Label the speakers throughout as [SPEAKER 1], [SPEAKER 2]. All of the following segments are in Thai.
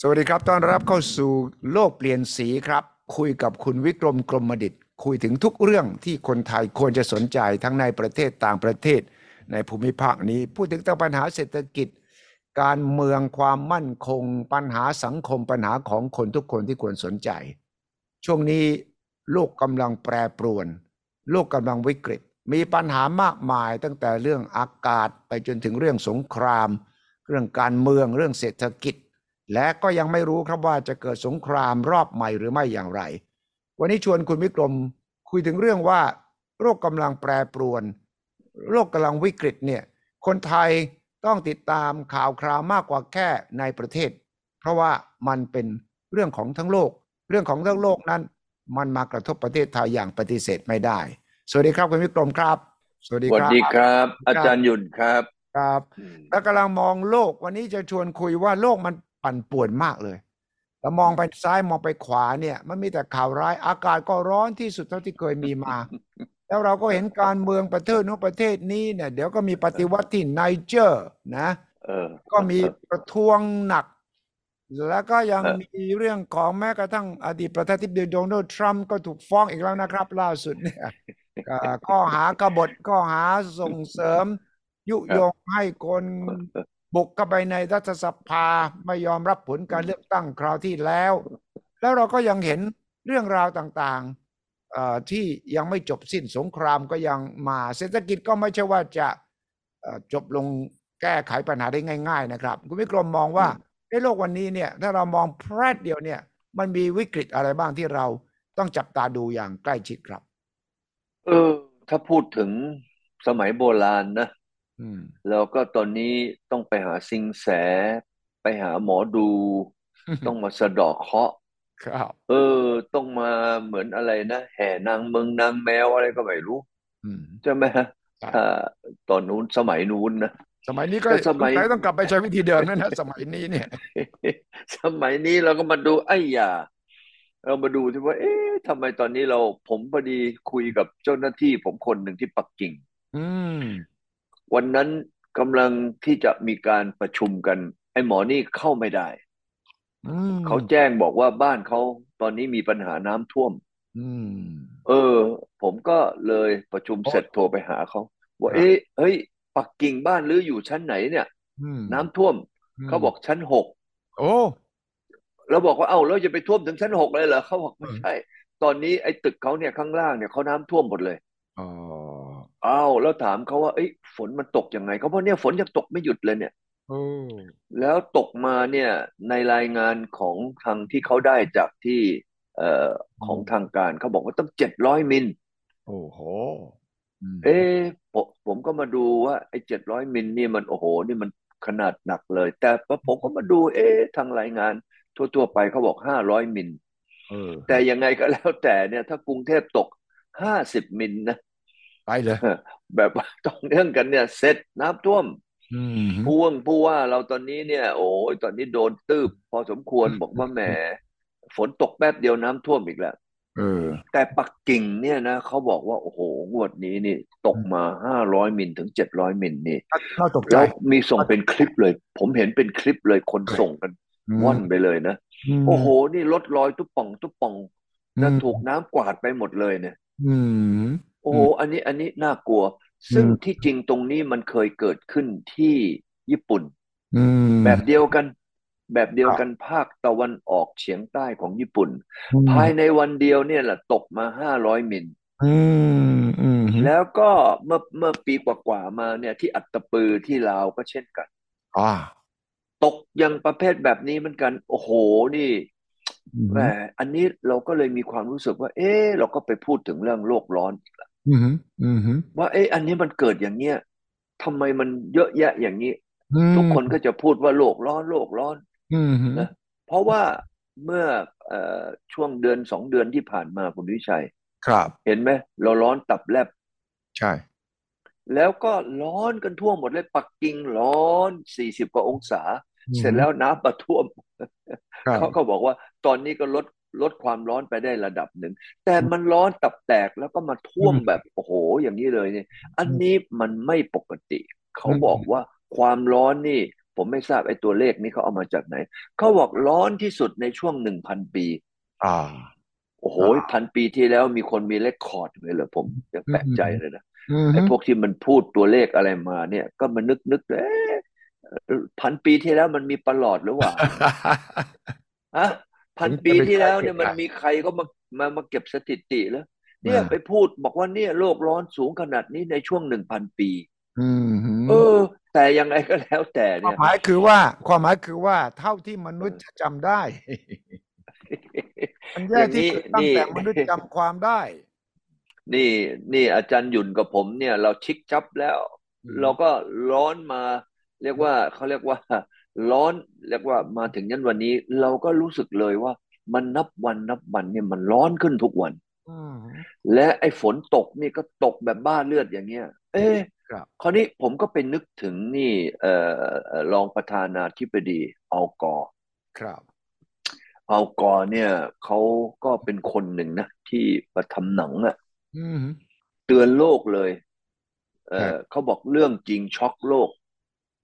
[SPEAKER 1] สวัสดีครับ ต้อนรับเข้าสู่โลกเปลี่ยนสีครับ คุยกับคุณวิกรมกรมดิต คุยถึงทุกเรื่องที่คนไทยควรจะสนใจทั้งในประเทศต่างประเทศ ในภูมิภาคนี้ พูดถึงตั้งปัญหาเศรษฐกิจ การเมืองความมั่นคง ปัญหาสังคมปัญหาของคนทุกคนที่ควรสนใจ ช่วงนี้โลกกำลังแปรปรวน โลกกำลังวิกฤต มีปัญหามากมายตั้งแต่เรื่องอากาศไปจนถึงเรื่องสงคราม เรื่องการเมืองเรื่องเศรษฐกิจ และก็ยังไม่รู้ครับว่าจะเกิดสงครามรอบใหม่หรือไม่อย่างไร วันนี้ชวนคุณวิกรมคุยถึงเรื่องว่า โรคกำลังแปรปรวน โรคกำลังวิกฤตเนี่ยคนไทยต้องติดตามข่าวคราวมากกว่าแค่ในประเทศ เพราะว่ามันเป็นเรื่องของทั้งโลก เรื่องของทั้งโลกนั้น มันมากระทบประเทศไทยอย่างปฏิเสธไม่ได้ สวัสดีครับคุณวิกรมครับ สวัสดี
[SPEAKER 2] สวั
[SPEAKER 1] ค
[SPEAKER 2] ส
[SPEAKER 1] รับ
[SPEAKER 2] ดีครับ อาจารย์หยุ่นครับ
[SPEAKER 1] ครับ
[SPEAKER 2] อืม
[SPEAKER 1] แล้วกำลังมองโลกวันนี้จะชวนคุยว่าโลกมันปั่นป่วนมากเลยแล้วมองไปซ้ายมองไปขวาเนี่ย มันมีแต่ข่าวร้ายอากาศก็ร้อนที่สุดเท่าที่เคยมีมา แล้วเราก็เห็นการเมืองประเทศโนู้นประเทศนี้เนี่ย เดี๋ยวก็มีปฏิวัติที่ไนเจอร์นะ
[SPEAKER 2] เออ
[SPEAKER 1] ก็มีประท้วงหนัก แล้วก็ยัง
[SPEAKER 2] เออ
[SPEAKER 1] มีเรื่องของแม้กระทั่งอดีตประธานาธิบดีโดนัลด์ทรัมป์ก็ถูกฟ้องอีกแล้วนะครับ ล่าสุดเนี่ย เอ่อข้อหากบฏข้อหาส่งเสริม ยุยงให้คนบุกเข้าไปในรัฐสภาไม่ยอมรับผลการเลือกตั้งคราวที่แล้ว แล้วเราก็ยังเห็นเรื่องราวต่างๆเอ่อที่ยังไม่จบสิ้นสงครามก็ยังมาเศรษฐกิจก็ไม่ใช่ว่าจะเอ่อจบลงแก้ไขปัญหาได้ง่าย ๆ นะครับ คุณวิกรมมองว่าในโลกวันนี้เนี่ย ถ้าเรามองแพรดเดียวเนี่ย มันมีวิกฤตอะไรบ้างที่เราต้องจับตาดูอย่างใกล้ชิดครับ
[SPEAKER 2] เออ ถ้าพูดถึงสมัยโบราณนะ
[SPEAKER 1] อืม
[SPEAKER 2] เราก็ตอนนี้ต้องไปหาสิงแส ไปหาหมอ ดู ต้องมาสะเดาะเคราะห์
[SPEAKER 1] ครับ
[SPEAKER 2] เออ ต้องมาเหมือนอะไรนะแห่นางเมืองนางแมวอะไรก็ไม่รู้
[SPEAKER 1] อืม
[SPEAKER 2] ใช่ไหมฮะ
[SPEAKER 1] ครับ
[SPEAKER 2] ถ้าตอนนู้นสมัยนู้นนะ
[SPEAKER 1] สมัยนี้ก็
[SPEAKER 2] แต่สมัย
[SPEAKER 1] สงสัต้องกลับไปใช้วิธีเดิมแล้วนะ สมัยนี้เนี่ย
[SPEAKER 2] สมัยนี้เราก็มาดูไอ้ยาเรามาดูที่ว่า เอ๊ะทำไมตอนนี้เราผมพอดีคุยกับเจ้าหน้าที่ผมคนหนึ่งที่ปักกิ่ง
[SPEAKER 1] อืม
[SPEAKER 2] วันนั้นกำลังที่จะมีการประชุมกัน ไอ้หมอนี่เข้าไม่ได้
[SPEAKER 1] อืม
[SPEAKER 2] เขาแจ้งบอกว่าบ้านเขาตอนนี้มีปัญหาน้ำท่วม
[SPEAKER 1] อืม
[SPEAKER 2] เออ ผมก็เลยประชุมเสร็จโทรไปหาเขาว่า
[SPEAKER 1] ครับ
[SPEAKER 2] เอ๊ะเฮ้ย ปักกิ่งบ้านหรืออยู่ชั้นไหนเนี่ย
[SPEAKER 1] อืม
[SPEAKER 2] น้ำท่วม
[SPEAKER 1] ม
[SPEAKER 2] เขาบอกชั้นหก
[SPEAKER 1] โอ้
[SPEAKER 2] เราบอกว่าเอ้าแล้วจะไปท่วมถึงชั้นหกเลยเหรอเขาบอก
[SPEAKER 1] อื
[SPEAKER 2] ไม่
[SPEAKER 1] ม
[SPEAKER 2] ใช่ ตอนนี้ไอ้ตึกเขาเนี่ยข้างล่างเนี่ยเขาน้ำท่วมหมดเลย
[SPEAKER 1] อ๋อ
[SPEAKER 2] เอ้าแล้วถามเขาว่าเอ้ยฝนมันตกยังไงเขาบอกเนี่ยฝนยังตกไม่หยุดเลยเนี่ย
[SPEAKER 1] โอ้
[SPEAKER 2] แล้วตกมาเนี่ยในรายงานของทางที่เขาได้จากที่เอ่อของทางการเขาบอกว่าต้องเจ็ดร้อยมิล
[SPEAKER 1] โอ้โหม
[SPEAKER 2] เอ๊ะผมผมก็มาดูว่าไอ้เจ็ดร้อยมิลนี่มันโอ้โห นี่มันขนาดหนักเลย แต่พอผมก็มาดู เอ๊ะทางรายงานทั่วๆไปเขาบอกห้าร้อยมิล
[SPEAKER 1] เออ
[SPEAKER 2] แต่ยังไงก็แล้วแต่เนี่ยถ้ากรุงเทพตกห้าสิบมิลนะ
[SPEAKER 1] ไปเลย
[SPEAKER 2] แบบว่า ต้องเนื่องกันเนี่ยเสร็จน้ำท่วม
[SPEAKER 1] อืม
[SPEAKER 2] พ่วงผู้ว่าเราตอนนี้เนี่ย โอ้ยตอนนี้โดนตืบพอสมควร
[SPEAKER 1] อืม
[SPEAKER 2] บอกว่าแหมฝนตกแป๊บเดียวน้ำท่วมอีกแล้ว
[SPEAKER 1] เออ
[SPEAKER 2] แต่ปักกิ่งเนี่ยนะเขาบอกว่า โอ้โหงวดนี้นี่ ตกมาห้าร้อยมิลถึงเจ็ดร้อยมิลนี่
[SPEAKER 1] น่าตกใจ
[SPEAKER 2] แล้วมีส่งเป็นคลิปเลย ผมเห็นเป็นคลิปเลยคนส่งกันว่อนไปเลยนะ
[SPEAKER 1] ม
[SPEAKER 2] โอ้โห นี่รถลอยตุ๊บป่องตุ๊บป่องนะ
[SPEAKER 1] อืม
[SPEAKER 2] ถูกน้ำกวาดไปหมดเลยเนี่ย
[SPEAKER 1] อืม
[SPEAKER 2] โอ้โห อันนี้ อันนี้น่ากลัว ซึ่ง
[SPEAKER 1] อืม
[SPEAKER 2] ที่จริงตรงนี้มันเคยเกิดขึ้นที่ญี่ปุ่น
[SPEAKER 1] อืม
[SPEAKER 2] แบบเดียวกัน แบบเดียวกันภาคตะวันออกเฉียงใต้ของญี่ปุ่น
[SPEAKER 1] อืม
[SPEAKER 2] ภายในวันเดียวเนี่ยแหละตกมาห้าร้อยมิล
[SPEAKER 1] อืมอืม
[SPEAKER 2] แล้วก็เมื่อเมื่อปีกว่าๆมาเนี่ยที่อัตตปือที่ลาวก็เช่นกัน
[SPEAKER 1] อ่า
[SPEAKER 2] ตกยังประเภทแบบนี้เหมือนกัน โอ้โห นี่
[SPEAKER 1] อืม
[SPEAKER 2] แหมอันนี้เราก็เลยมีความรู้สึกว่า เอ๊ะเราก็ไปพูดถึงเรื่องโลกร้อน
[SPEAKER 1] อืมอืม
[SPEAKER 2] ว่าเอ๊ะอันนี้มันเกิดอย่างเนี้ยทำไมมันเยอะแยะอย่างนี้
[SPEAKER 1] อืม
[SPEAKER 2] ทุกคนก็จะพูดว่าโลกร้อนโลกร้อน
[SPEAKER 1] อืม
[SPEAKER 2] นะ เพราะว่าเมื่อเอ่อช่วงเดือนสองเดือนที่ผ่านมาคุณวิชัย
[SPEAKER 1] ครับ
[SPEAKER 2] เห็นไหมเราร้อนตับแลบ
[SPEAKER 1] ใช่
[SPEAKER 2] แล้วก็ร้อนกันทั่วหมดเลยปักกิ่งร้อนสี่สิบกว่าองศา
[SPEAKER 1] อืม
[SPEAKER 2] เสร็จแล้วน้ำมาท่วม
[SPEAKER 1] ครับ
[SPEAKER 2] เขาก็บอกว่าตอนนี้ก็ลดลดความร้อนไปได้ระดับหนึ่ง แต่มันร้อนตับแตกแล้วก็มาท่วมแบบโอ้โห อย่างนี้เลยเนี่ย อันนี้มันไม่ปกติ เขาบอกว่าความร้อนนี่ ผมไม่ทราบไอ้ตัวเลขนี้เขาเอามาจากไหน เขาบอกร้อนที่สุดในช่วงหนึ่งพันปี
[SPEAKER 1] อ่า
[SPEAKER 2] โอ้โห
[SPEAKER 1] อ่า
[SPEAKER 2] พันปีที่แล้วมีคนมีเลคคอร์ดเลยเหรอผมยังแปลกใจเลยนะ ไอ้พวกที่มันพูดตัวเลขอะไรมาเนี่ย ก็มานึกนึกๆเอ๊ะพันปีที่แล้วมันมีประหลอดหรือวะ ฮะพัน
[SPEAKER 1] ผมจะ
[SPEAKER 2] ปี
[SPEAKER 1] ไป
[SPEAKER 2] ที่แล้ว
[SPEAKER 1] ขาย
[SPEAKER 2] เนี่ย
[SPEAKER 1] เก็บ
[SPEAKER 2] มัน
[SPEAKER 1] ได้
[SPEAKER 2] มีใครก็มามามาเก็บสถิติแล้ว เนี่ย
[SPEAKER 1] อ่า
[SPEAKER 2] ไปพูดบอกว่าเนี่ยโลกร้อนสูงขนาดนี้ในช่วงหนึ่งพันปี
[SPEAKER 1] อืม
[SPEAKER 2] เออ แต่ยังไงก็แล้วแต่
[SPEAKER 1] ควา
[SPEAKER 2] เนี่
[SPEAKER 1] ม
[SPEAKER 2] ย
[SPEAKER 1] หมายคือว่า ความหมายคือว่าเท่าที่มนุษย์จะจำ ได้ มันแย่ที่สุด
[SPEAKER 2] อย่างนี้
[SPEAKER 1] ตั้งแต่
[SPEAKER 2] นี่
[SPEAKER 1] มนุษย์จำความได้
[SPEAKER 2] นี่นี่อาจารย์หยุ่นกับผมเนี่ย เราชิกจับแล้ว เราก็ร้อนมา เรียกว่าเขาเรียกว่า ร้อนเรียกว่ามาถึงยันวันนี้ เราก็รู้สึกเลยว่า มันนับวันนับวันเนี่ยมันร้อนขึ้นทุกวัน
[SPEAKER 1] อืม
[SPEAKER 2] และไอ้ฝนตกนี่ก็ตกแบบบ้าเลือดอย่างเงี้ย เอ๊ะ
[SPEAKER 1] ครับ
[SPEAKER 2] คราวนี้ผมก็ไปนึกถึงนี่เอ่อเอ่อรองประธานาธิบดีอัลกอร์
[SPEAKER 1] ครับ
[SPEAKER 2] อัลกอร์เนี่ยเขาก็เป็นคนหนึ่งนะ ที่มาทำหนังอะ
[SPEAKER 1] อืม
[SPEAKER 2] เตือนโลกเลยเอ่
[SPEAKER 1] ครั
[SPEAKER 2] อบ เขาบอกเรื่องจริงช็อกโลก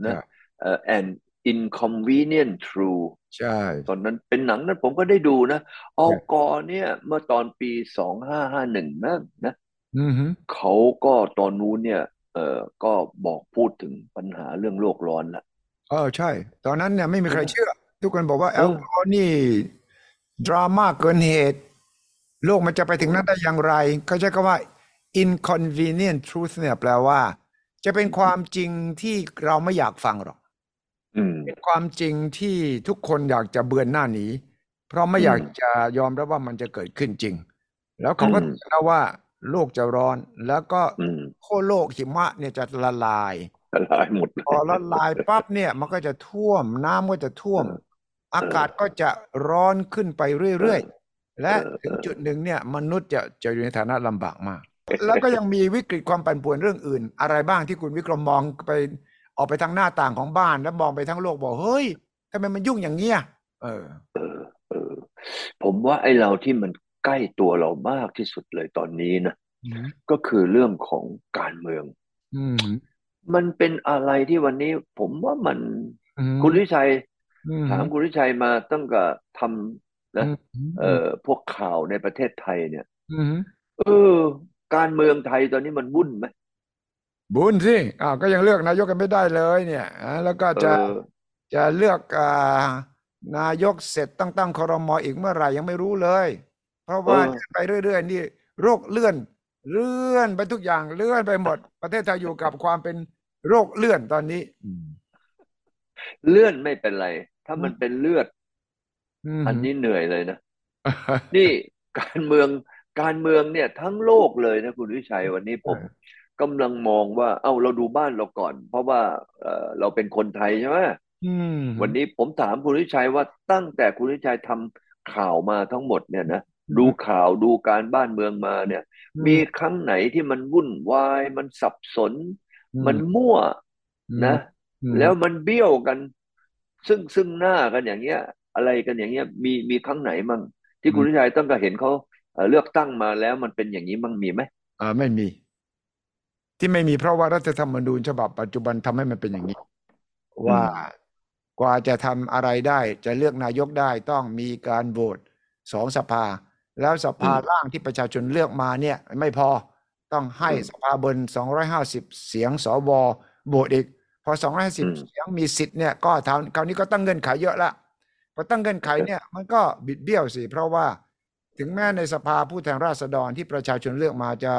[SPEAKER 2] นะครับ เอ่อ an inconvenient truth
[SPEAKER 1] ใช่
[SPEAKER 2] ตอนนั้นเป็นหนังนั้นผมก็ได้ดูนะอัลกอร์เนี่ยเมื่อตอนปีสองห้าห้าหนึ่งนั่นนะ
[SPEAKER 1] อืม
[SPEAKER 2] เขาก็ตอนนู้นเนี่ย เออก็บอกพูดถึงปัญหาเรื่องโลกร้อนละ
[SPEAKER 1] เออใช่ ตอนนั้นเนี่ยไม่มีใครเชื่อ ทุกคนบอกว่าแอ
[SPEAKER 2] เอ
[SPEAKER 1] ล
[SPEAKER 2] อ
[SPEAKER 1] กอฮอล์นี่ดราม่าเกินเหตุ โลกมันจะไปถึงนั้นได้อย่างไร เขาใช้คำว่า inconvenient truth เนี่ยแปลว่า จะเป็นความจริงที่เราไม่อยากฟังหรอก
[SPEAKER 2] อืม
[SPEAKER 1] เป็นความจริงที่ทุกคนอยากจะเบือนหน้าหนีเพราะไม่
[SPEAKER 2] อืม
[SPEAKER 1] อยากจะยอมรับว่ามันจะเกิดขึ้นจริง แล้วเขาก็
[SPEAKER 2] อืม
[SPEAKER 1] เตือนนะว่าโลกจะร้อน แล้วก็
[SPEAKER 2] อืม
[SPEAKER 1] ขั้วโลกหิมะเนี่ยจะละลาย
[SPEAKER 2] ละลายหมดเล
[SPEAKER 1] พอย ละลายปั๊บเนี่ยมันก็จะท่วมน้ำก็จะท่วม
[SPEAKER 2] เออ
[SPEAKER 1] อากาศก็จะร้อนขึ้นไปเรื่อยๆ และ
[SPEAKER 2] เออ
[SPEAKER 1] ถึงจุดหนึ่งเนี่ยมนุษย์จะจะอยู่ในฐานะลำบากมาก แล้วก็ยังมีวิกฤตความปั่นป่วนเรื่องอื่น อะไรบ้างที่คุณวิกรมมองไปออกไปทางหน้าต่างของบ้านแล้วมองไปทั้งโลกบอกเฮ้ยทำไมมันยุ่งอย่างเงี้ยเออ
[SPEAKER 2] เออ ผมว่าไอ้เราที่มันใกล้ตัวเรามากที่สุดเลยตอนนี้นะ ก็คือเรื่องของการเมือง
[SPEAKER 1] อืม
[SPEAKER 2] มันเป็นอะไรที่วันนี้ ผมว่ามัน
[SPEAKER 1] อืม
[SPEAKER 2] คุณวิชัย
[SPEAKER 1] อื
[SPEAKER 2] ถามคุณวิชัยมาตั้งแต่ทำนะ เอ่อพวกข่าวในประเทศไทยเนี่ย
[SPEAKER 1] อืม
[SPEAKER 2] เออ การเมืองไทยตอนนี้มันวุ่นไหม
[SPEAKER 1] บุญสิอ้าวก็ยังเลือกนายกกันไม่ได้เลยเนี่ยอ่าแล้วก็
[SPEAKER 2] เอ
[SPEAKER 1] จะ
[SPEAKER 2] อ
[SPEAKER 1] จะเลือกอานายกเสร็จตั้งตั้งครมอีกเมื่อไหร่ยังไม่รู้เลย เพราะว่า
[SPEAKER 2] เออ
[SPEAKER 1] เลื่อนไปเรื่อยๆนี่โรคเลื่อน เลื่อนไปทุกอย่างเลื่อนไปหมด ประเทศไทยอยู่กับความเป็นโรคเลื่อนตอนนี้ อืม
[SPEAKER 2] เลื่อนไม่เป็นไร ถ้ามันเป็นเลือด
[SPEAKER 1] ม
[SPEAKER 2] อันนี้เหนื่อยเลยนะ นี่การเมืองการเมืองเนี่ยทั้งโลกเลยนะคุณวิชัยวันนี้ผมกำลังมองว่า เอ้าเราดูบ้านเราก่อน เพราะว่าเอ่อเราเป็นคนไทยใช่ไหม
[SPEAKER 1] อืม
[SPEAKER 2] วันนี้ผมถามคุณวิชัยว่าตั้งแต่คุณวิชัยทำข่าวมาทั้งหมดเนี่ยนะดูข่าวดูการบ้านเมืองมาเนี่ย มีครั้งไหนที่มันวุ่นวาย มันสับสน
[SPEAKER 1] อื
[SPEAKER 2] มันมั่ว
[SPEAKER 1] อืม
[SPEAKER 2] นะ
[SPEAKER 1] อืม
[SPEAKER 2] แล้วมันเบี้ยวกัน ซึ่งซึ่งหน้ากันอย่างเงี้ย อะไรกันอย่างเงี้ยมีมีครั้งไหนมั่งที่คุณวิชัยตั้งแต่เห็นเขาเอ่อเลือกตั้งมาแล้วมันเป็นอย่างนี้มั่งมีไหม
[SPEAKER 1] อ่าไม่มี ที่ไม่มีเพราะว่ารัฐธรรมนูญฉบับปัจจุบันทำให้มันเป็นอย่างนี้ ว่ากว่าจะทำอะไรได้ จะเลือกนายกได้ต้องมีการโหวตสองสภา แล้วสภาล่างที่ประชาชนเลือกมาเนี่ย ไม่พอต้องให้สภาบน 250 เสียงสวโหวตอีก พอ 250 เสียงมีสิทธิ์เนี่ยก็ทำคราวนี้ก็ตั้งเงื่อนไขเยอะละพอตั้งเงื่อนไขเนี่ยมันก็บิดเบี้ยวสิ เพราะว่าถึงแม้ในสภาผู้แทนราษฎรที่ประชาชนเลือกมาจะ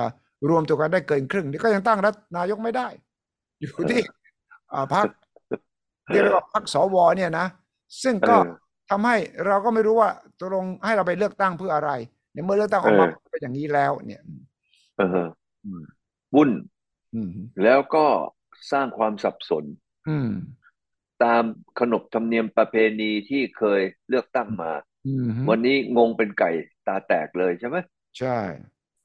[SPEAKER 1] รวมตัวกันได้เกินครึ่งนี่ก็ยังตั้งรัฐนายกไม่ได้ อยู่ที่อ่าพรรค เรียกได้ว่าพรรคสวเนี่ยนะ ซึ่งก็
[SPEAKER 2] เออ
[SPEAKER 1] ทำให้เราก็ไม่รู้ว่าตกลงให้เราไปเลือกตั้งเพื่ออะไรในเมื่อเลือกตั้งออกมา
[SPEAKER 2] เออ
[SPEAKER 1] เป็นอย่างนี้แล้ว เนี่ย
[SPEAKER 2] เออ
[SPEAKER 1] อืม
[SPEAKER 2] วุ่น
[SPEAKER 1] อืม
[SPEAKER 2] แล้วก็สร้างความสับสน
[SPEAKER 1] อืม
[SPEAKER 2] ตามขนบธรรมเนียมประเพณีที่เคยเลือกตั้งมา
[SPEAKER 1] อืม
[SPEAKER 2] วันนี้งงเป็นไก่ตาแตกเลยใช่ไหม
[SPEAKER 1] ใช่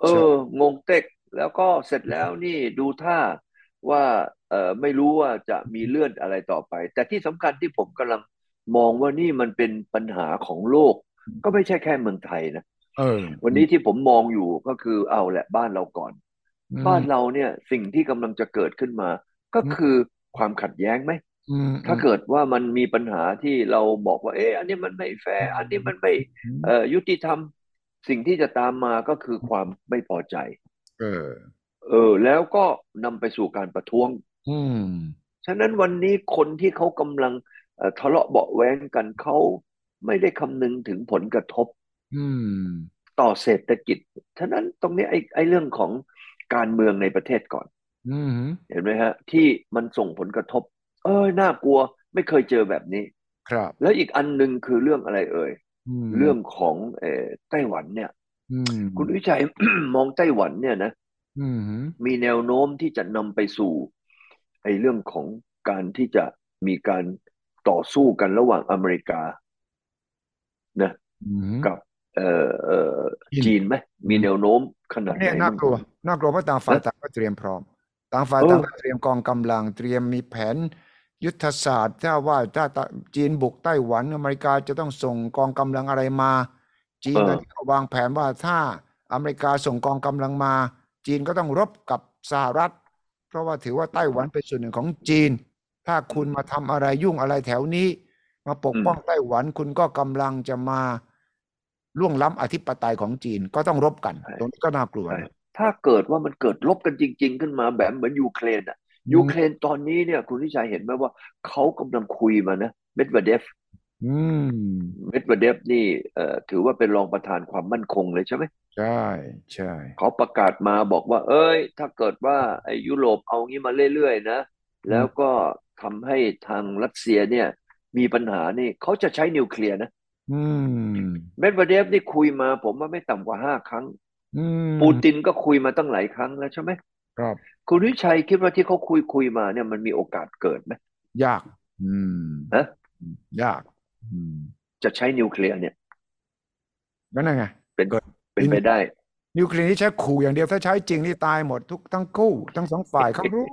[SPEAKER 2] เอองงเต็กแล้วก็เสร็จแล้วนี่ดูท่าว่าเออไม่รู้ว่าจะมีเลื่อนอะไรต่อไป แต่ที่สำคัญที่ผมกำลังมองว่านี่มันเป็นปัญหาของโลก ก็ไม่ใช่แค่เมืองไทยนะ
[SPEAKER 1] เออ
[SPEAKER 2] วันนี้ที่ผมมองอยู่ก็คือเอาแหละบ้านเราก่อน
[SPEAKER 1] อืม
[SPEAKER 2] บ้านเราเนี่ยสิ่งที่กำลังจะเกิดขึ้นมา ก็คือความขัดแย้งไหม
[SPEAKER 1] อืม
[SPEAKER 2] ถ้าเกิดว่ามันมีปัญหาที่เราบอกว่า เอ๊ะอันนี้มันไม่แฟร์อันนี้มันไม่เอ่อยุติธรรม สิ่งที่จะตามมาก็คือความไม่พอใจ
[SPEAKER 1] เออ
[SPEAKER 2] เออ แล้วก็นำไปสู่การประท้วง
[SPEAKER 1] อืม
[SPEAKER 2] ฉะนั้นวันนี้คนที่เขากำลังเอ่อทะเลาะเบาะแว้งกันเขาไม่ได้คำนึงถึงผลกระทบ
[SPEAKER 1] อืม
[SPEAKER 2] ต่อเศรษฐกิจ ฉะนั้นตรงนี้ไอ้ไอ้เรื่องของการเมืองในประเทศก่อน
[SPEAKER 1] อืม
[SPEAKER 2] เห็นไหมฮะ ที่มันส่งผลกระทบ เอ้ยน่ากลัวไม่เคยเจอแบบนี้
[SPEAKER 1] ครับ
[SPEAKER 2] แล้วอีกอันหนึ่งคือเรื่องอะไรเอ่ย
[SPEAKER 1] ม
[SPEAKER 2] เรื่องของเอ่อไต้หวันเนี่ย
[SPEAKER 1] อืม
[SPEAKER 2] คุณวิชัย มองไต้หวันเนี่ยนะ
[SPEAKER 1] อืม
[SPEAKER 2] มีแนวโน้มที่จะนำไปสู่ไอ้เรื่องของการที่จะมีการต่อสู้กันระหว่างอเมริกา
[SPEAKER 1] อืม
[SPEAKER 2] กับ เอ่อเอ่อ
[SPEAKER 1] จีน
[SPEAKER 2] จีนไหมมีแนวโน้มขนาด
[SPEAKER 1] เนี่ย
[SPEAKER 2] ไหน
[SPEAKER 1] น่า
[SPEAKER 2] บ้าง
[SPEAKER 1] กลัวน่ากลัวเพราะต่างฝ่าย
[SPEAKER 2] นะ
[SPEAKER 1] ต่างก็เตรียมพร้อม ต่างฝ่าย
[SPEAKER 2] เออ
[SPEAKER 1] ต่างก็เตรียมกองกำลังเตรียมมีแผน ยุทธศาสตร์ถ้าว่าถ้าตะจีนบุกไต้หวันอเมริกาจะต้องส่งกองกำลังอะไรมา จีนตอนนี้ก็วางแผนว่าถ้าอเมริกาส่งกองกำลังมา จีนก็ต้องรบกับสหรัฐ เพราะว่าถือว่าไต้หวันเป็นส่วนหนึ่งของจีน ถ้าคุณมาทำอะไรยุ่งอะไรแถวนี้ มาปก
[SPEAKER 2] อืม
[SPEAKER 1] ป้องไต้หวันคุณก็กำลังจะมาล่วงล้ำอธิปไตยของจีนก็ต้องรบกัน ตรงนี้ก็น่ากลัวนะ
[SPEAKER 2] ถ้าเกิดว่ามันเกิดลบกันจริง ๆ ขึ้นมาแบบเหมือนยูเครนอ่ะยูเครนตอนนี้เนี่ย คุณวิชัยเห็นไหมว่าเขากำลังคุยมานะเมดเวเดฟ
[SPEAKER 1] อืม
[SPEAKER 2] เมดเวเดฟนี่เอ่อถือว่าเป็นรองประธานความมั่นคงเลยใช่ไหม
[SPEAKER 1] ใช่ใช่
[SPEAKER 2] เขาประกาศมาบอกว่า เอ้ย ถ้าเกิดว่าไอ้ยุโรปเอางี้มาเรื่อยๆนะ แล้วก็ทำให้ทางรัสเซียเนี่ย มีปัญหานี่เขาจะใช้นิวเคลียร์นะ
[SPEAKER 1] อืม
[SPEAKER 2] เมดเวเดฟนี่คุยมาผมว่าไม่ต่ำกว่าห้าครั้ง
[SPEAKER 1] อืม
[SPEAKER 2] ปูตินก็คุยมาตั้งหลายครั้งแล้วใช่ไหม
[SPEAKER 1] ครับ
[SPEAKER 2] คุณวิชัยคิดว่าที่เขาคุยคุยมาเนี่ยมันมีโอกาสเกิดไหม
[SPEAKER 1] ยาก อืม
[SPEAKER 2] ฮะ
[SPEAKER 1] ยาก อืม
[SPEAKER 2] จะใช้นิวเคลียร์เนี่ย
[SPEAKER 1] ก็นั่นไง
[SPEAKER 2] เป็นไปได้
[SPEAKER 1] นิวเคลียร์นี่ใช้ขู่อย่างเดียวถ้าใช้จริงนี่ตายหมดทุกทั้งคู่ ทั้งสองฝ่ายเขารู้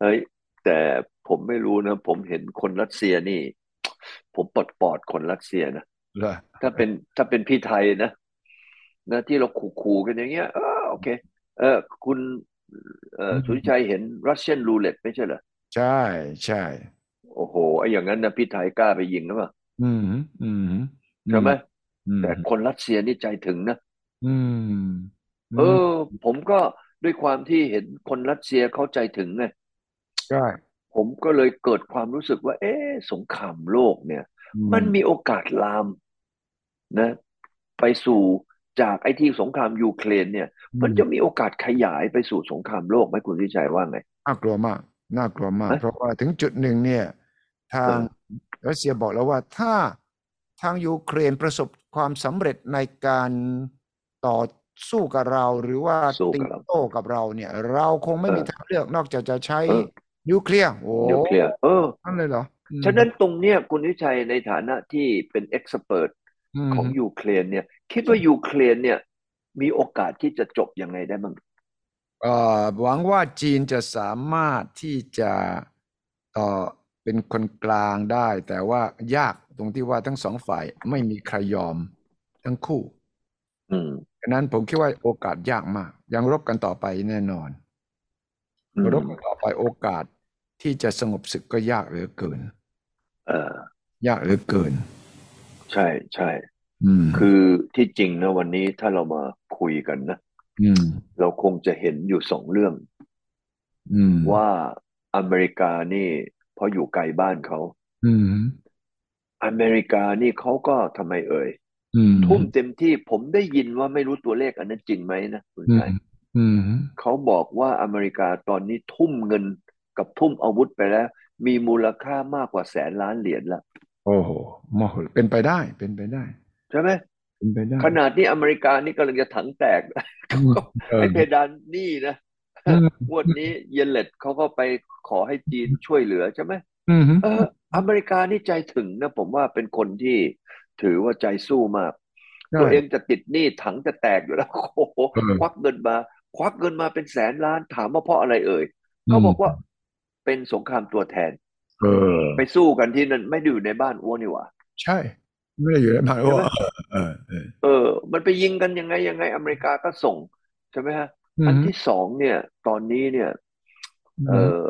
[SPEAKER 2] เฮ้ยแต่ผมไม่รู้นะ ผมเห็นคนรัสเซียนี่ ผมปลดปอดคนรัสเซียนะ
[SPEAKER 1] เหรอ
[SPEAKER 2] ถ้าเป็นถ้าเป็นพี่ไทยนะนะที่เราขู่ๆกันอย่างเงี้ยเออโอเค เออคุณเออสุริชัยเห็นรัสเซียนรูเล็ตไม่ใช่เหรอ
[SPEAKER 1] ใช่ใช่
[SPEAKER 2] โอ้โหไอ้อย่างนั้นนะพี่ไทยกล้าไปยิงหรือเปล่า
[SPEAKER 1] อืมอืม
[SPEAKER 2] ใช่ไหม
[SPEAKER 1] อืม
[SPEAKER 2] แต่คนรัสเซียนี่ใจถึงนะ
[SPEAKER 1] อืม
[SPEAKER 2] เออ ผมก็ด้วยความที่เห็นคนรัสเซียเขาใจถึงไง
[SPEAKER 1] ใช่
[SPEAKER 2] ผมก็เลยเกิดความรู้สึกว่า เอ๊ะสงครามโลกเนี่ย
[SPEAKER 1] อื
[SPEAKER 2] มันมีโอกาสลามนะ ไปสู่จากไอ้ที่สงครามยูเครนเนี่ย มันจะมีโอกาสขยายไปสู่สงครามโลกไหมคุณวิชัยว่าไง
[SPEAKER 1] น่ากลัวมากน่ากลัวมาก
[SPEAKER 2] นะ
[SPEAKER 1] เพราะว่าถึงจุดหนึ่งเนี่ย ทางรัสเซียบอกแล้วว่าถ้าทางยูเครนประสบความสำเร็จในการต่อสู้กับเรา หรือว่า
[SPEAKER 2] สู้
[SPEAKER 1] ตี
[SPEAKER 2] กับเรา
[SPEAKER 1] โต้กับเราเนี่ย เราคงไม่
[SPEAKER 2] เออ
[SPEAKER 1] มีทางเลือกนอกจากจะใช้
[SPEAKER 2] เออ
[SPEAKER 1] นิวเคลียร์โอ้
[SPEAKER 2] นิวเคลียร์เออ
[SPEAKER 1] นั่นเลยเหรออืม
[SPEAKER 2] ฉะนั้นตรงเนี้ยคุณวิชัยในฐานะที่เป็นเอ็กซ์เร์
[SPEAKER 1] ม
[SPEAKER 2] ของยูเครนเนี่ย คิดว่ายูเครนเนี่ย มีโอกาสที่จะจบยังไงได้บ้าง
[SPEAKER 1] เอ่อหวังว่าจีนจะสามารถที่จะเอ่อเป็นคนกลางได้ แต่ว่ายากตรงที่ว่าทั้งสองฝ่ายไม่มีใครยอมทั้งคู่
[SPEAKER 2] อืม
[SPEAKER 1] ดังนั้นผมคิดว่าโอกาสยากมาก ยังรบกันต่อไปแน่นอน
[SPEAKER 2] อืม
[SPEAKER 1] รบกันต่อไปโอกาสที่จะสงบศึกก็ยากเหลือเกิน
[SPEAKER 2] เออย
[SPEAKER 1] ากเหลือเกิน
[SPEAKER 2] ใช่ใช่
[SPEAKER 1] อืม
[SPEAKER 2] คือที่จริงนะวันนี้ถ้าเรามาคุยกันนะ
[SPEAKER 1] อืม
[SPEAKER 2] เราคงจะเห็นอยู่สองเรื่อง
[SPEAKER 1] อืม
[SPEAKER 2] ว่าอเมริกานี่เพราะอยู่ไกลบ้านเขา
[SPEAKER 1] อืม
[SPEAKER 2] อเมริกานี่เขาก็ทำไมเอ่ย
[SPEAKER 1] อืม
[SPEAKER 2] ทุ่มเต็มที่ผมได้ยินว่าไม่รู้ตัวเลขอันนั้นจริงไหมนะคุณ
[SPEAKER 1] อืม
[SPEAKER 2] ชัย
[SPEAKER 1] อืม
[SPEAKER 2] เขาบอกว่าอเมริกาตอนนี้ทุ่มเงินกับทุ่มอาวุธไปแล้ว มีมูลค่ามากกว่าแสนล้านเหรียญละ
[SPEAKER 1] โอ้โหโมโหเป็นไปได้เป็นไปได้
[SPEAKER 2] ใช่ไหม
[SPEAKER 1] เป็นไปได้
[SPEAKER 2] ขนาดนี้อเมริกานี่กำลังจะถังแตก
[SPEAKER 1] อืมเออ
[SPEAKER 2] ไอ้เพดานหนี้นะ
[SPEAKER 1] อืม
[SPEAKER 2] งวดนี้เยนเลตเขาก็ไปขอให้จีนช่วยเหลือใช่ไหม
[SPEAKER 1] อืม
[SPEAKER 2] เอออเมริกานี่ใจถึงนะผมว่าเป็นคนที่ถือว่าใจสู้มาก ตัวเองจะติดหนี้ถังจะแตกอยู่แล้ว โอ้โห
[SPEAKER 1] เออ
[SPEAKER 2] ควักเงินมา ควักเงินมาเป็นแสนล้านถามว่าเพราะอะไรเอ่ย
[SPEAKER 1] ม
[SPEAKER 2] เขาบอกว่าเป็นสงครามตัวแทน
[SPEAKER 1] เออ
[SPEAKER 2] ไปสู้กันที่นั่นไม่ได้อยู่ในบ้านอ้วนนี่หว่า
[SPEAKER 1] ใช่ ไม่ได้อยู่ในมหาวิทยาลัยเออเออ
[SPEAKER 2] เออ มันไปยิงกันยังไงยังไง อเมริกาก็ส่ง ใช่ไหมฮะ
[SPEAKER 1] อืม
[SPEAKER 2] อันที่สองเนี่ย ตอนนี้เนี่ย เออ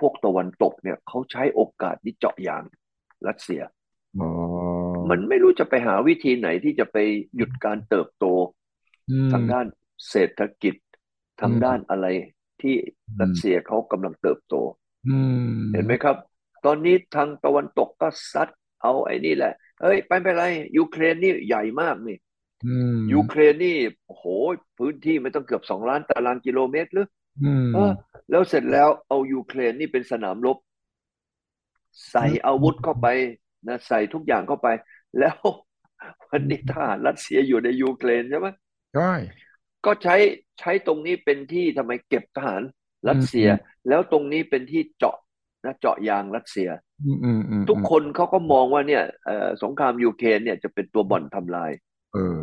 [SPEAKER 2] พวกตะวันตกเนี่ยเขาใช้โอกาสนี้เจาะยางรัสเซีย
[SPEAKER 1] อ๋อ
[SPEAKER 2] มันไม่รู้จะไปหาวิธีไหนที่จะไปหยุดการเติบโต
[SPEAKER 1] อืม
[SPEAKER 2] ทางด้านเศรษฐกิจทางด้านอะไรที่
[SPEAKER 1] อืม
[SPEAKER 2] รัสเซียเขากำลังเติบโต
[SPEAKER 1] อืม
[SPEAKER 2] เห็นไหมครับ ตอนนี้ทางตะวันตกก็ซัดเอาไอ้นี่แหละ เอ้ยไปไม่เป็นไรยูเครนนี่ใหญ่มากนี่
[SPEAKER 1] อืม
[SPEAKER 2] ยูเครนนี่โอ้โหพื้นที่ไม่ต้องเกือบสองล้านตารางกิโลเมตรหรือ
[SPEAKER 1] อืม
[SPEAKER 2] เออแล้วเสร็จแล้วเอายูเครนนี่เป็นสนามรบ ใส่อาวุธเข้าไปนะใส่ทุกอย่างเข้าไป แล้ว วันนี้ทหารรัสเซียอยู่ในยูเครนใช่ไหม
[SPEAKER 1] ใช่
[SPEAKER 2] ก็ใช้ใช้ตรงนี้เป็นที่ทำไมเก็บทหารรัสเซีย แล้วตรงนี้เป็นที่เจาะนะเจาะยางรัสเซีย
[SPEAKER 1] อืมอืมอืม
[SPEAKER 2] ทุกคนเขาก็มองว่าเนี่ยเอ่อสงครามยูเครนเนี่ยจะเป็นตัวบ่อนทำลาย
[SPEAKER 1] เออ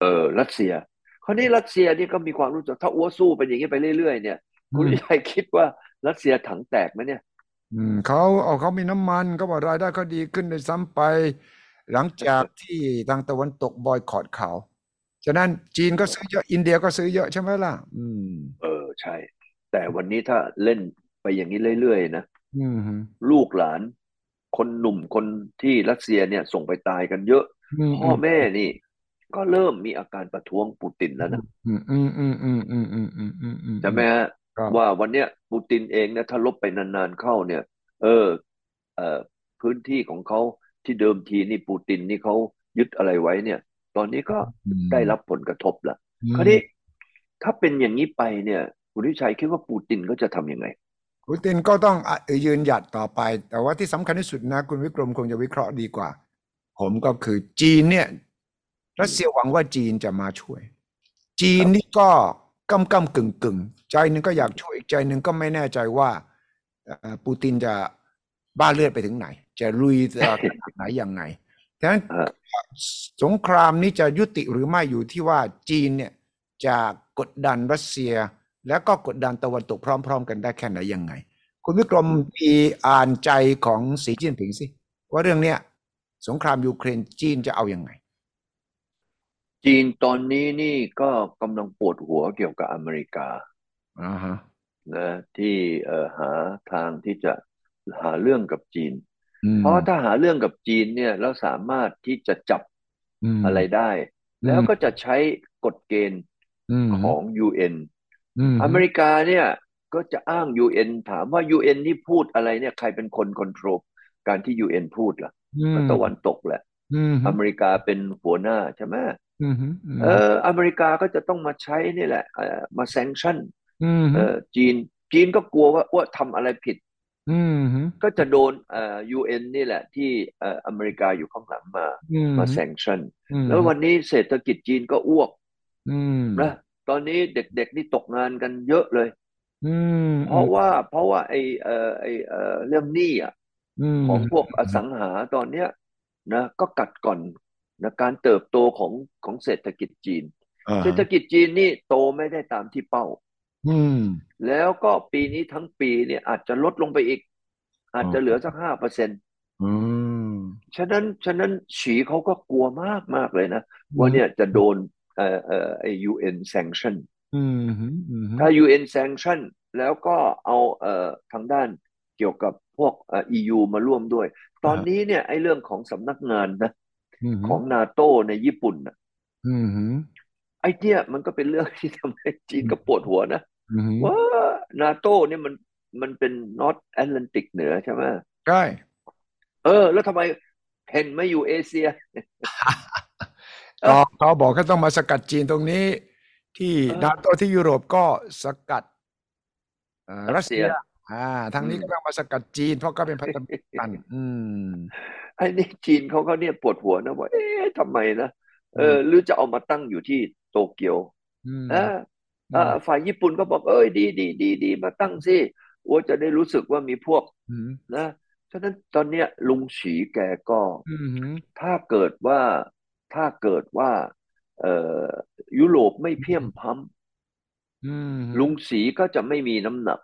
[SPEAKER 2] เออรัสเซีย คราวนี้รัสเซียนี่ก็มีความรู้สึกถ้าอ้วสู้เป็นอย่างนี้ไปเรื่อยๆเนี่ยคุณ
[SPEAKER 1] อืม
[SPEAKER 2] วิชัยคิดว่ารัสเซียถังแตกไหมเนี่ย
[SPEAKER 1] อืมเขาเอาเขามีน้ำมันเขาบอกรายได้เขาดีขึ้นเลยซ้ำไป หลังจากที่ทางตะวันตกบอยคอตเขา ฉะนั้นจีนก็ซื้อเยอะอินเดียก็ซื้อเยอะใช่ไหมล่ะ อืม
[SPEAKER 2] เออใช่ แต่วันนี้ถ้าเล่นไปอย่างนี้เรื่อยๆนะ
[SPEAKER 1] อืม
[SPEAKER 2] ลูกหลาน คนหนุ่มคนที่รัสเซียเนี่ยส่งไปตายกันเยอะ
[SPEAKER 1] อืม
[SPEAKER 2] พ่อแม่นี่ ก็เริ่มมีอาการประท้วงปูตินแล้วนะ
[SPEAKER 1] อืมอืมอืมอืมอืมอืมอืมอืมอืม
[SPEAKER 2] ใช่ไหมฮะ
[SPEAKER 1] ครับ
[SPEAKER 2] ว่าวันเนี้ยปูตินเองเนี่ยถ้าลบไปนานๆเข้าเนี่ย เออ เออพื้นที่ของเขาที่เดิมทีนี่ปูตินนี่เขายึดอะไรไว้เนี่ย ตอนนี้ก็
[SPEAKER 1] อืม
[SPEAKER 2] ได้รับผลกระทบละ
[SPEAKER 1] อืม
[SPEAKER 2] คราวนี้ถ้าเป็นอย่างนี้ไปเนี่ยคุณวิชัยคิดว่าปูตินก็จะทำยังไง
[SPEAKER 1] ปูตินก็ต้องอ่ะยืนหยัดต่อไป แต่ว่าที่สำคัญที่สุดนะ คุณวิกรมคงจะวิเคราะห์ดีกว่า ผมก็คือจีนเนี่ย รัสเซียหวังว่าจีนจะมาช่วย จีนนี่ก็กำกำกึ่งกึ่งใจหนึ่งก็อยากช่วยอีกใจหนึ่งก็ไม่แน่ใจว่าเอ่อปูตินจะบ้าเลือดไปถึงไหน จะลุยจะขนาดไหนยังไงดังนั้น
[SPEAKER 2] ฮะ
[SPEAKER 1] สงครามนี้จะยุติหรือไม่อยู่ที่ว่าจีนเนี่ยจะกดดันรัสเซีย แล้วก็กดดันตะวันตกพร้อม ๆ กันได้แค่ไหนยังไง คุณวิกรมมีอ่านใจของสีจิ้นผิงสิว่าเรื่องเนี้ยสงครามยูเครนจีนจะเอายังไง
[SPEAKER 2] จีนตอนนี้นี่ก็กำลังปวดหัวเกี่ยวกับอเมริกา
[SPEAKER 1] อ่าฮะ
[SPEAKER 2] นะที่เอ่อหาทางที่จะหาเรื่องกับจีน
[SPEAKER 1] อืม
[SPEAKER 2] เพราะถ้าหาเรื่องกับจีนเนี่ยแล้วสามารถที่จะจับ
[SPEAKER 1] ม
[SPEAKER 2] อะไรได้ แล้วก็จะใช้กฎเกณฑ์
[SPEAKER 1] ม
[SPEAKER 2] ของ UN
[SPEAKER 1] ม
[SPEAKER 2] อเมริกาเนี่ยก็จะอ้าง UN ถามว่า UN ที่พูดอะไรเนี่ยใครเป็นคนคอนโทรลการที่ UN พูดล่ะ
[SPEAKER 1] อืม
[SPEAKER 2] ก็ตะวันตกแหละ
[SPEAKER 1] อืม
[SPEAKER 2] อเมริกาเป็นหัวหน้าใช่ไหม
[SPEAKER 1] อืมอืม
[SPEAKER 2] เอออเมริกาก็จะต้องมาใช้นี่แหละเอ่อมาแซงชั่น
[SPEAKER 1] ม
[SPEAKER 2] เออจีน จีนก็กลัวว่าอ้ว่าทำอะไรผิด
[SPEAKER 1] อืมอืม
[SPEAKER 2] ก็จะโดนเอ่อยูเอ็นนี่แหละที่เอ่ออเมริกาอยู่ข้างหลังมา
[SPEAKER 1] อืม
[SPEAKER 2] มาแซงชั่น
[SPEAKER 1] อืม
[SPEAKER 2] แล้ววันนี้เศรษฐกิจจีนก็อ้วก
[SPEAKER 1] อืม
[SPEAKER 2] นะตอนนี้เด็กๆนี่ตกงานกันเยอะเลย
[SPEAKER 1] อืม
[SPEAKER 2] เพราะว่าเพราะว่าไอเอ่อไอเอ่อเรื่องหนี้อ่ะ
[SPEAKER 1] อืม
[SPEAKER 2] ของพวกอสังหาตอนเนี้ยนะก็กัดก่อนนะการเติบโตของของเศรษฐกิจจีน
[SPEAKER 1] อ่า
[SPEAKER 2] เศรษฐกิจจีนนี่โตไม่ได้ตามที่เป้า
[SPEAKER 1] อืม
[SPEAKER 2] แล้วก็ปีนี้ทั้งปีเนี่ยอาจจะลดลงไปอีก อาจจะเหลือสักห้าเปอร์เซ็นต์
[SPEAKER 1] อืม
[SPEAKER 2] ฉะนั้นฉะนั้นฉีเขาก็กลัวมากมากเลยนะ ว่าเนี่ยจะโดนเอ่อเอ่อไอยูเอ็นแซงชั่น
[SPEAKER 1] อืมอืมอืม
[SPEAKER 2] ถ้า UN sanction แล้วก็เอาเอ่อทางด้านเกี่ยวกับพวกเอ่อ EU มาร่วมด้วย ตอนนี้เนี่ยไอ้เรื่องของสำนักงานนะ
[SPEAKER 1] อืม
[SPEAKER 2] ของนาโต้ในญี่ปุ่นน่ะ
[SPEAKER 1] อืมอืม
[SPEAKER 2] ไอ้เนี่ยมันก็เป็นเรื่องที่ทำให้จีนก็ปวดหัวนะ
[SPEAKER 1] อืม
[SPEAKER 2] ว่านาโต้เนี่ยมันมันเป็นนอตแอตแลนติกเหนือใช่ไหม
[SPEAKER 1] ใช่
[SPEAKER 2] เออ แล้วทำไมเพนไม่อยู่เอเชีย
[SPEAKER 1] ก็เขาบอกเขาต้องมาสกัดจีนตรงนี้ ที่
[SPEAKER 2] เออ
[SPEAKER 1] นาโตที่ยุโรปก็สกัดเอ่อ
[SPEAKER 2] รั
[SPEAKER 1] รัส
[SPEAKER 2] สเซี
[SPEAKER 1] เซี
[SPEAKER 2] ย
[SPEAKER 1] ยอ่าทางนี้
[SPEAKER 2] อืม
[SPEAKER 1] ก็ต้องมาสกัดจีน เพราะก็เป็นพันธมิตร กัน อืม
[SPEAKER 2] ไอ้นี่จีนเขาก็เนี่ยปวดหัวนะว่าเอ๊ะทำไมนะเออหรือจะเอามาตั้งอยู่ที่โตเกียว
[SPEAKER 1] อืม
[SPEAKER 2] อ่าอ่าฝ่ายญี่ปุ่นก็บอกเอ้ยดีดีดีดีมาตั้งสิว่าจะได้รู้สึกว่ามีพวก
[SPEAKER 1] อืม
[SPEAKER 2] นะฉะนั้นตอนเนี้ยลุงฉีแกก็
[SPEAKER 1] อืมอืม
[SPEAKER 2] ถ้าเกิดว่าถ้าเกิดว่าเอ่อยุโรปไม่เพียมพร้
[SPEAKER 1] อืม
[SPEAKER 2] ำลุงสีก็จะไม่มีน้ำหนัก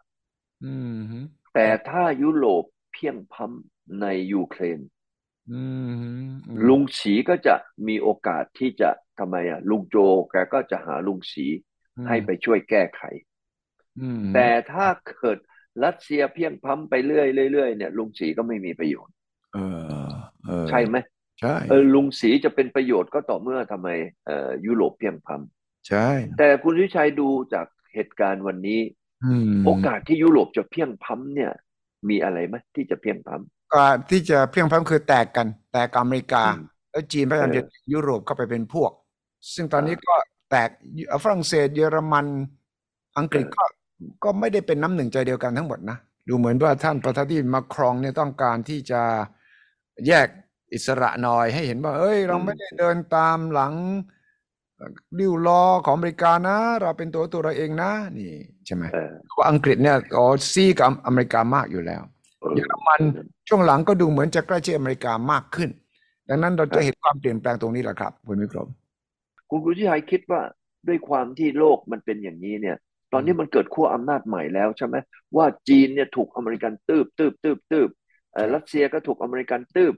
[SPEAKER 1] อืมอืม
[SPEAKER 2] แต่ถ้ายุโรปเพียงพร้ำในยูเครน
[SPEAKER 1] อืมอืม
[SPEAKER 2] ลุงสีก็จะมีโอกาสที่จะทำไมอ่ะลุงโจแกก็จะหาลุงสีให้ไปช่วยแก้ไข
[SPEAKER 1] อืม
[SPEAKER 2] แต่ถ้าเกิด รัสเซียเพียงพล้ำไปเรื่อยเรื่อยเนี่ยลุงศรีก็ไม่มีประโยชน์
[SPEAKER 1] เออเออ
[SPEAKER 2] ใช่ไหม
[SPEAKER 1] ใช่
[SPEAKER 2] เออลุงศรีจะเป็นประโยชน์ก็ต่อเมื่อทำไมเอ่อยุโรปเพียงพล้
[SPEAKER 1] ใช่
[SPEAKER 2] ำแต่คุณวิชัยดูจากเหตุการณ์วันนี้
[SPEAKER 1] อืม
[SPEAKER 2] โอกาสที่ยุโรปจะเพียงพล้ำเนี่ย มีอะไรไหมที่จะเพียงพล้ำ
[SPEAKER 1] โอกาสที่จะเพลียงพล้ำคือแตกกัน แตกกับอเมริกา
[SPEAKER 2] อืม
[SPEAKER 1] แล้วจีนพยายาม
[SPEAKER 2] เออ
[SPEAKER 1] จะยุโรปเข้าไปเป็นพวก ซึ่งตอนนี้
[SPEAKER 2] อ่า
[SPEAKER 1] ก็แตกฝรั่งเศสเยอรมัน อังกฤษ
[SPEAKER 2] เออ
[SPEAKER 1] ก็ก็ไม่ได้เป็นน้ำหนึ่งใจเดียวกันทั้งหมดนะ ดูเหมือนว่าท่านประธานที่มาครองเนี่ยต้องการที่จะแยกอิสระหน่อยให้เห็นว่า เอ้ย เราไม่ได้เดินตามหลังดิ้วล้อของอเมริกานะ เราเป็นตัวตัวเราเองนะ นี่ใช่ไหม
[SPEAKER 2] เออ
[SPEAKER 1] ว่าอังกฤษเนี่ยอ๋อซีกับอเมริกามากอยู่แล้ว
[SPEAKER 2] เออ
[SPEAKER 1] เยอรมันช่วงหลังก็ดูเหมือนจะใกล้ชิดอเมริกามากขึ้น ดังนั้นเรา
[SPEAKER 2] ครั
[SPEAKER 1] จะ
[SPEAKER 2] บ
[SPEAKER 1] เห็นความเปลี่ยนแปลงตรงนี้แหละครับคุณมิกรม
[SPEAKER 2] คุณกุณชัยคิดว่าด้วยความที่โลกมันเป็นอย่างนี้เนี่ย ตอนนี้มันเกิดขั้วอำนาจใหม่แล้วใช่ไหมว่าจีนเนี่ยถูกอเมริกันตืบตืบตืบตืบเอ่อ
[SPEAKER 1] ใช่
[SPEAKER 2] รัสเซียก็ถูกอเมริกันตืบ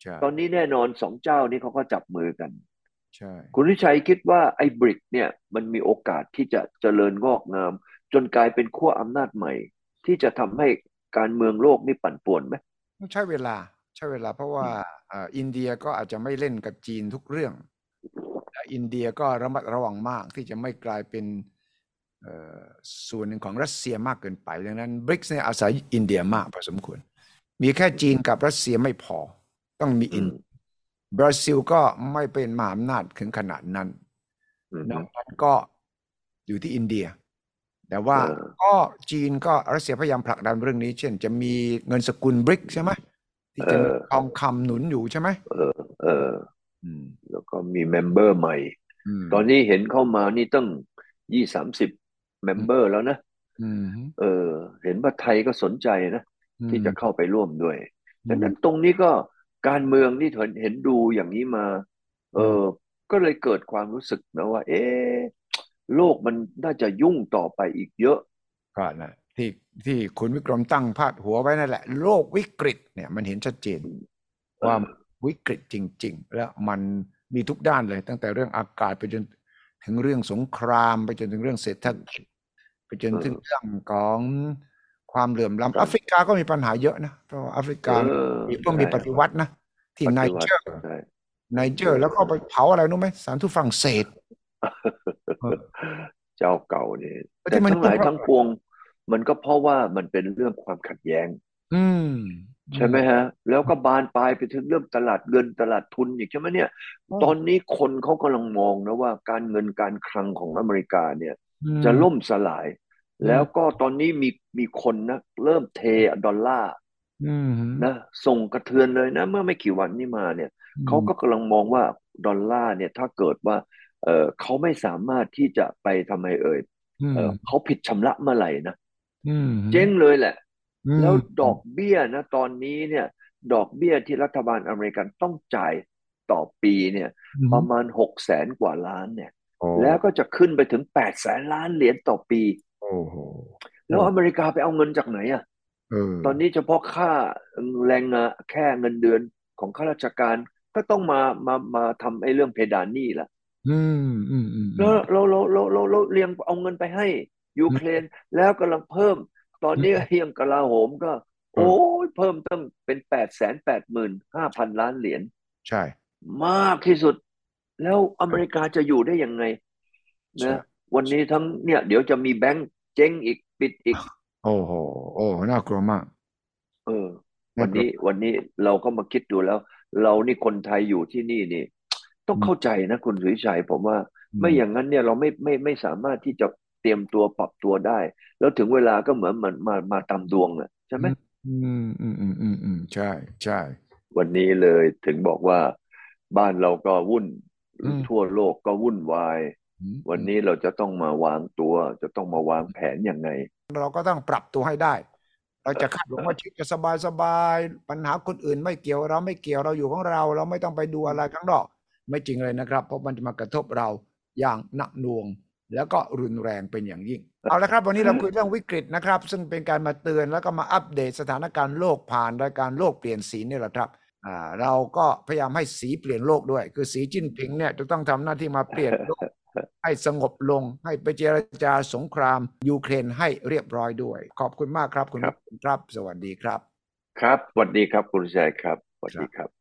[SPEAKER 1] ใช่
[SPEAKER 2] ตอนนี้แน่นอนสองเจ้านี้เขาก็จับมือกัน
[SPEAKER 1] ใช่
[SPEAKER 2] คุณวิชัยคิดว่าไอ้บริกเนี่ยมันมีโอกาสที่จะเจริญงอกงาม จนกลายเป็นขั้วอำนาจใหม่ ที่จะทำให้การเมืองโลกนี่ปั่นป่วนไหม
[SPEAKER 1] ใช่เวลา ใช่เวลาเพราะว่าเอ่ออินเดียก็อาจจะไม่เล่นกับจีนทุกเรื่องและอินเดียก็ระมัดระวังมากที่จะไม่กลายเป็นเอ่อส่วนหนึ่งของรัสเซียมากเกินไป ดังนั้นบริกเนี่ยอาศัยอินเดียมากพอสมควร มีแค่จีนกับรัสเซียไม่พอ ต้องมีอิน
[SPEAKER 2] อืม
[SPEAKER 1] บราซิลก็ไม่เป็นมหาอำนาจถึงขนาดนั้น
[SPEAKER 2] อืม
[SPEAKER 1] ดังนั้นก็อยู่ที่อินเดีย แต่ว่า
[SPEAKER 2] เออ
[SPEAKER 1] ก็จีนก็รัสเซียพยายามผลักดันเรื่องนี้ เช่น จะมีเงินสกุลบริกใช่ไหมที่จะมีทองคำหนุนอยู่ใช่ไหม
[SPEAKER 2] เออเออ
[SPEAKER 1] อืม
[SPEAKER 2] แล้วก็มีเมมเบอร์ใหม่
[SPEAKER 1] ม
[SPEAKER 2] ตอนนี้เห็นเข้ามานี่ตั้งยี่สามสิบเมมเบอร์แล้วนะ
[SPEAKER 1] อืม
[SPEAKER 2] เออ เห็นว่าไทยก็สนใจนะ
[SPEAKER 1] อืม
[SPEAKER 2] ที่จะเข้าไปร่วมด้วย
[SPEAKER 1] อืม
[SPEAKER 2] ดังนั้นตรงนี้ก็การเมืองนี่เห็นเห็นดูอย่างนี้มา เออ ก็เลยเกิดความรู้สึกนะว่า เอ๊ะโลกมันน่าจะยุ่งต่อไปอีกเยอะ
[SPEAKER 1] ก็นะที่ที่คุณวิกรมตั้งพาดหัวไว้นั่นแหละ โลกวิกฤตเนี่ยมันเห็นชัดเจน
[SPEAKER 2] ออ
[SPEAKER 1] ว่าวิกฤตจริง ๆ แล้วมันมีทุกด้านเลย ตั้งแต่เรื่องอากาศไปจนถึงเรื่องสงคราม ไปจนถึงเรื่องเศรษฐกิจไปจนถึงเรื่องของความเหลื่อม
[SPEAKER 2] ครับ
[SPEAKER 1] ล้ำแอฟริกาก็มีปัญหาเยอะนะเพราะว่าแอฟริกา
[SPEAKER 2] เออ
[SPEAKER 1] มีต้องมีปฏิวัตินะที่ไน
[SPEAKER 2] ใช่
[SPEAKER 1] เจอร์
[SPEAKER 2] ใช่
[SPEAKER 1] ไนเจอร์ แล้วก็ไปเผาอะไรรู้ไหมสารทูตฝรั่งเศส
[SPEAKER 2] เจ้าเก่าเนี่ย
[SPEAKER 1] แล้วที่
[SPEAKER 2] แต่
[SPEAKER 1] มัน
[SPEAKER 2] ทั้งหลาย
[SPEAKER 1] เพราะ
[SPEAKER 2] ทั้งปวง มันก็เพราะว่ามันเป็นเรื่องความขัดแย้ง
[SPEAKER 1] อืม
[SPEAKER 2] ใช่ไหมฮะ แล้วก็บานปลายไปถึงเรื่องตลาดเงินตลาดทุนอีกใช่ไหมเนี่ย ตอนนี้คนเขากำลังมองนะว่าการเงินการคลังของอเมริกาเนี่ย
[SPEAKER 1] อืม
[SPEAKER 2] จะล่มสลาย
[SPEAKER 1] อืม
[SPEAKER 2] แล้วก็ตอนนี้มีมีคนนะเริ่มเทดอลลาร์
[SPEAKER 1] อืม
[SPEAKER 2] นะส่งกระเทือนเลยนะ เมื่อไม่กี่วันนี้มาเนี่ยเขาก็กำลังมองว่าดอลลาร์เนี่ยถ้าเกิดว่าเออเขาไม่สามารถที่จะไปทำไมเอ่ย
[SPEAKER 1] อืม
[SPEAKER 2] เออเขาผิดชำระเมื่อไหร่นะ
[SPEAKER 1] อืม
[SPEAKER 2] เจ๊งเลยแหละ
[SPEAKER 1] อืม
[SPEAKER 2] แล้วดอกเบี้ยนะตอนนี้เนี่ย ดอกเบี้ยที่รัฐบาลอเมริกันต้องจ่ายต่อปีเนี่ย ประมาณหกแสนกว่าล้านเนี่ย
[SPEAKER 1] โอ้
[SPEAKER 2] แล้วก็จะขึ้นไปถึงแปดแสนล้านเหรียญต่อปี
[SPEAKER 1] โอ้โห
[SPEAKER 2] แล้วอเมริกาไปเอาเงินจากไหนอ่ะ
[SPEAKER 1] เออ
[SPEAKER 2] ตอนนี้เฉพาะค่าแรงงานแค่เงินเดือนของข้าราชการก็ต้องมามามาทำไอ้เรื่องเพดานหนี้ละ
[SPEAKER 1] อืมอืมอืม
[SPEAKER 2] แล้วเราเราเราเราเราเรียงเอาเงินไปให้ยูเครนแล้วกำลังเพิ่ม ตอนนี้เฮียงกลาโหมก็ โอ้ยเพิ่มตั้งเป็นแปดแสนแปดหมื่นห้าพันล้านเหรียญ
[SPEAKER 1] ใช่
[SPEAKER 2] มากที่สุด แล้วอเมริกาจะอยู่ได้ยังไง
[SPEAKER 1] ใช่
[SPEAKER 2] นะวันนี้ทั้งเนี่ยเดี๋ยวจะมีแบงก์เจ๊งอีกปิดอีก
[SPEAKER 1] โอ้โหโอ้โหน่ากลัวมาก
[SPEAKER 2] เอ
[SPEAKER 1] า
[SPEAKER 2] อวัน
[SPEAKER 1] กลั
[SPEAKER 2] นี้วันนี้เราก็มาคิดดูแล้ว เรานี่คนไทยอยู่ที่นี่นี่ ต้องเข้าใจนะคุณสุวิชัยผมว่า ไม่อย่างนั้นเนี่ยเราไม่ไม่ไม่สามารถที่จะเตรียมตัวปรับตัวได้ แล้วถึงเวลาก็เหมือนมันมามาตามดวงอ่ะใช่ไหม
[SPEAKER 1] อืมอืมอืมอืมอืมใช่ ใช่
[SPEAKER 2] วันนี้เลยถึงบอกว่าบ้านเราก็วุ่น
[SPEAKER 1] อืม
[SPEAKER 2] ทั่วโลกก็วุ่นวาย
[SPEAKER 1] อืม
[SPEAKER 2] วันนี้เราจะต้องมาวางตัว จะต้องมาวางแผนยังไง
[SPEAKER 1] เราก็ต้องปรับตัวให้ได้ เราจะคาดหวังว่าชีวิตจะสบายสบาย ปัญหาคนอื่นไม่เกี่ยวเราไม่เกี่ยวเราอยู่ของเรา เราไม่ต้องไปดูอะไรข้างนอก ไม่จริงเลยนะครับ เพราะมันจะมากระทบเราอย่างหนักหน่วง แล้วก็รุนแรงเป็นอย่างยิ่ง เอาละครับวันนี้เราคุยเรื่องวิกฤตนะครับ ซึ่งเป็นการมาเตือนแล้วก็มาอัปเดตสถานการณ์โลกผ่านรายการโลกเปลี่ยนสีนี่แหละครับอ่าเราก็พยายามให้สีเปลี่ยนโลกด้วย คือสีจิ้นผิงเนี่ยจะต้องทำหน้าที่มาเปลี่ยนโลก ให้สงบลง ให้ไปเจรจาสงคราม ยูเครนให้เรียบร้อยด้วย ขอบคุณมากครับคุณ
[SPEAKER 2] ครับ
[SPEAKER 1] วิกรมครับ สวัสดีครับ
[SPEAKER 2] ครับสวัสดีครับคุณชัยครับสวัสดีครับ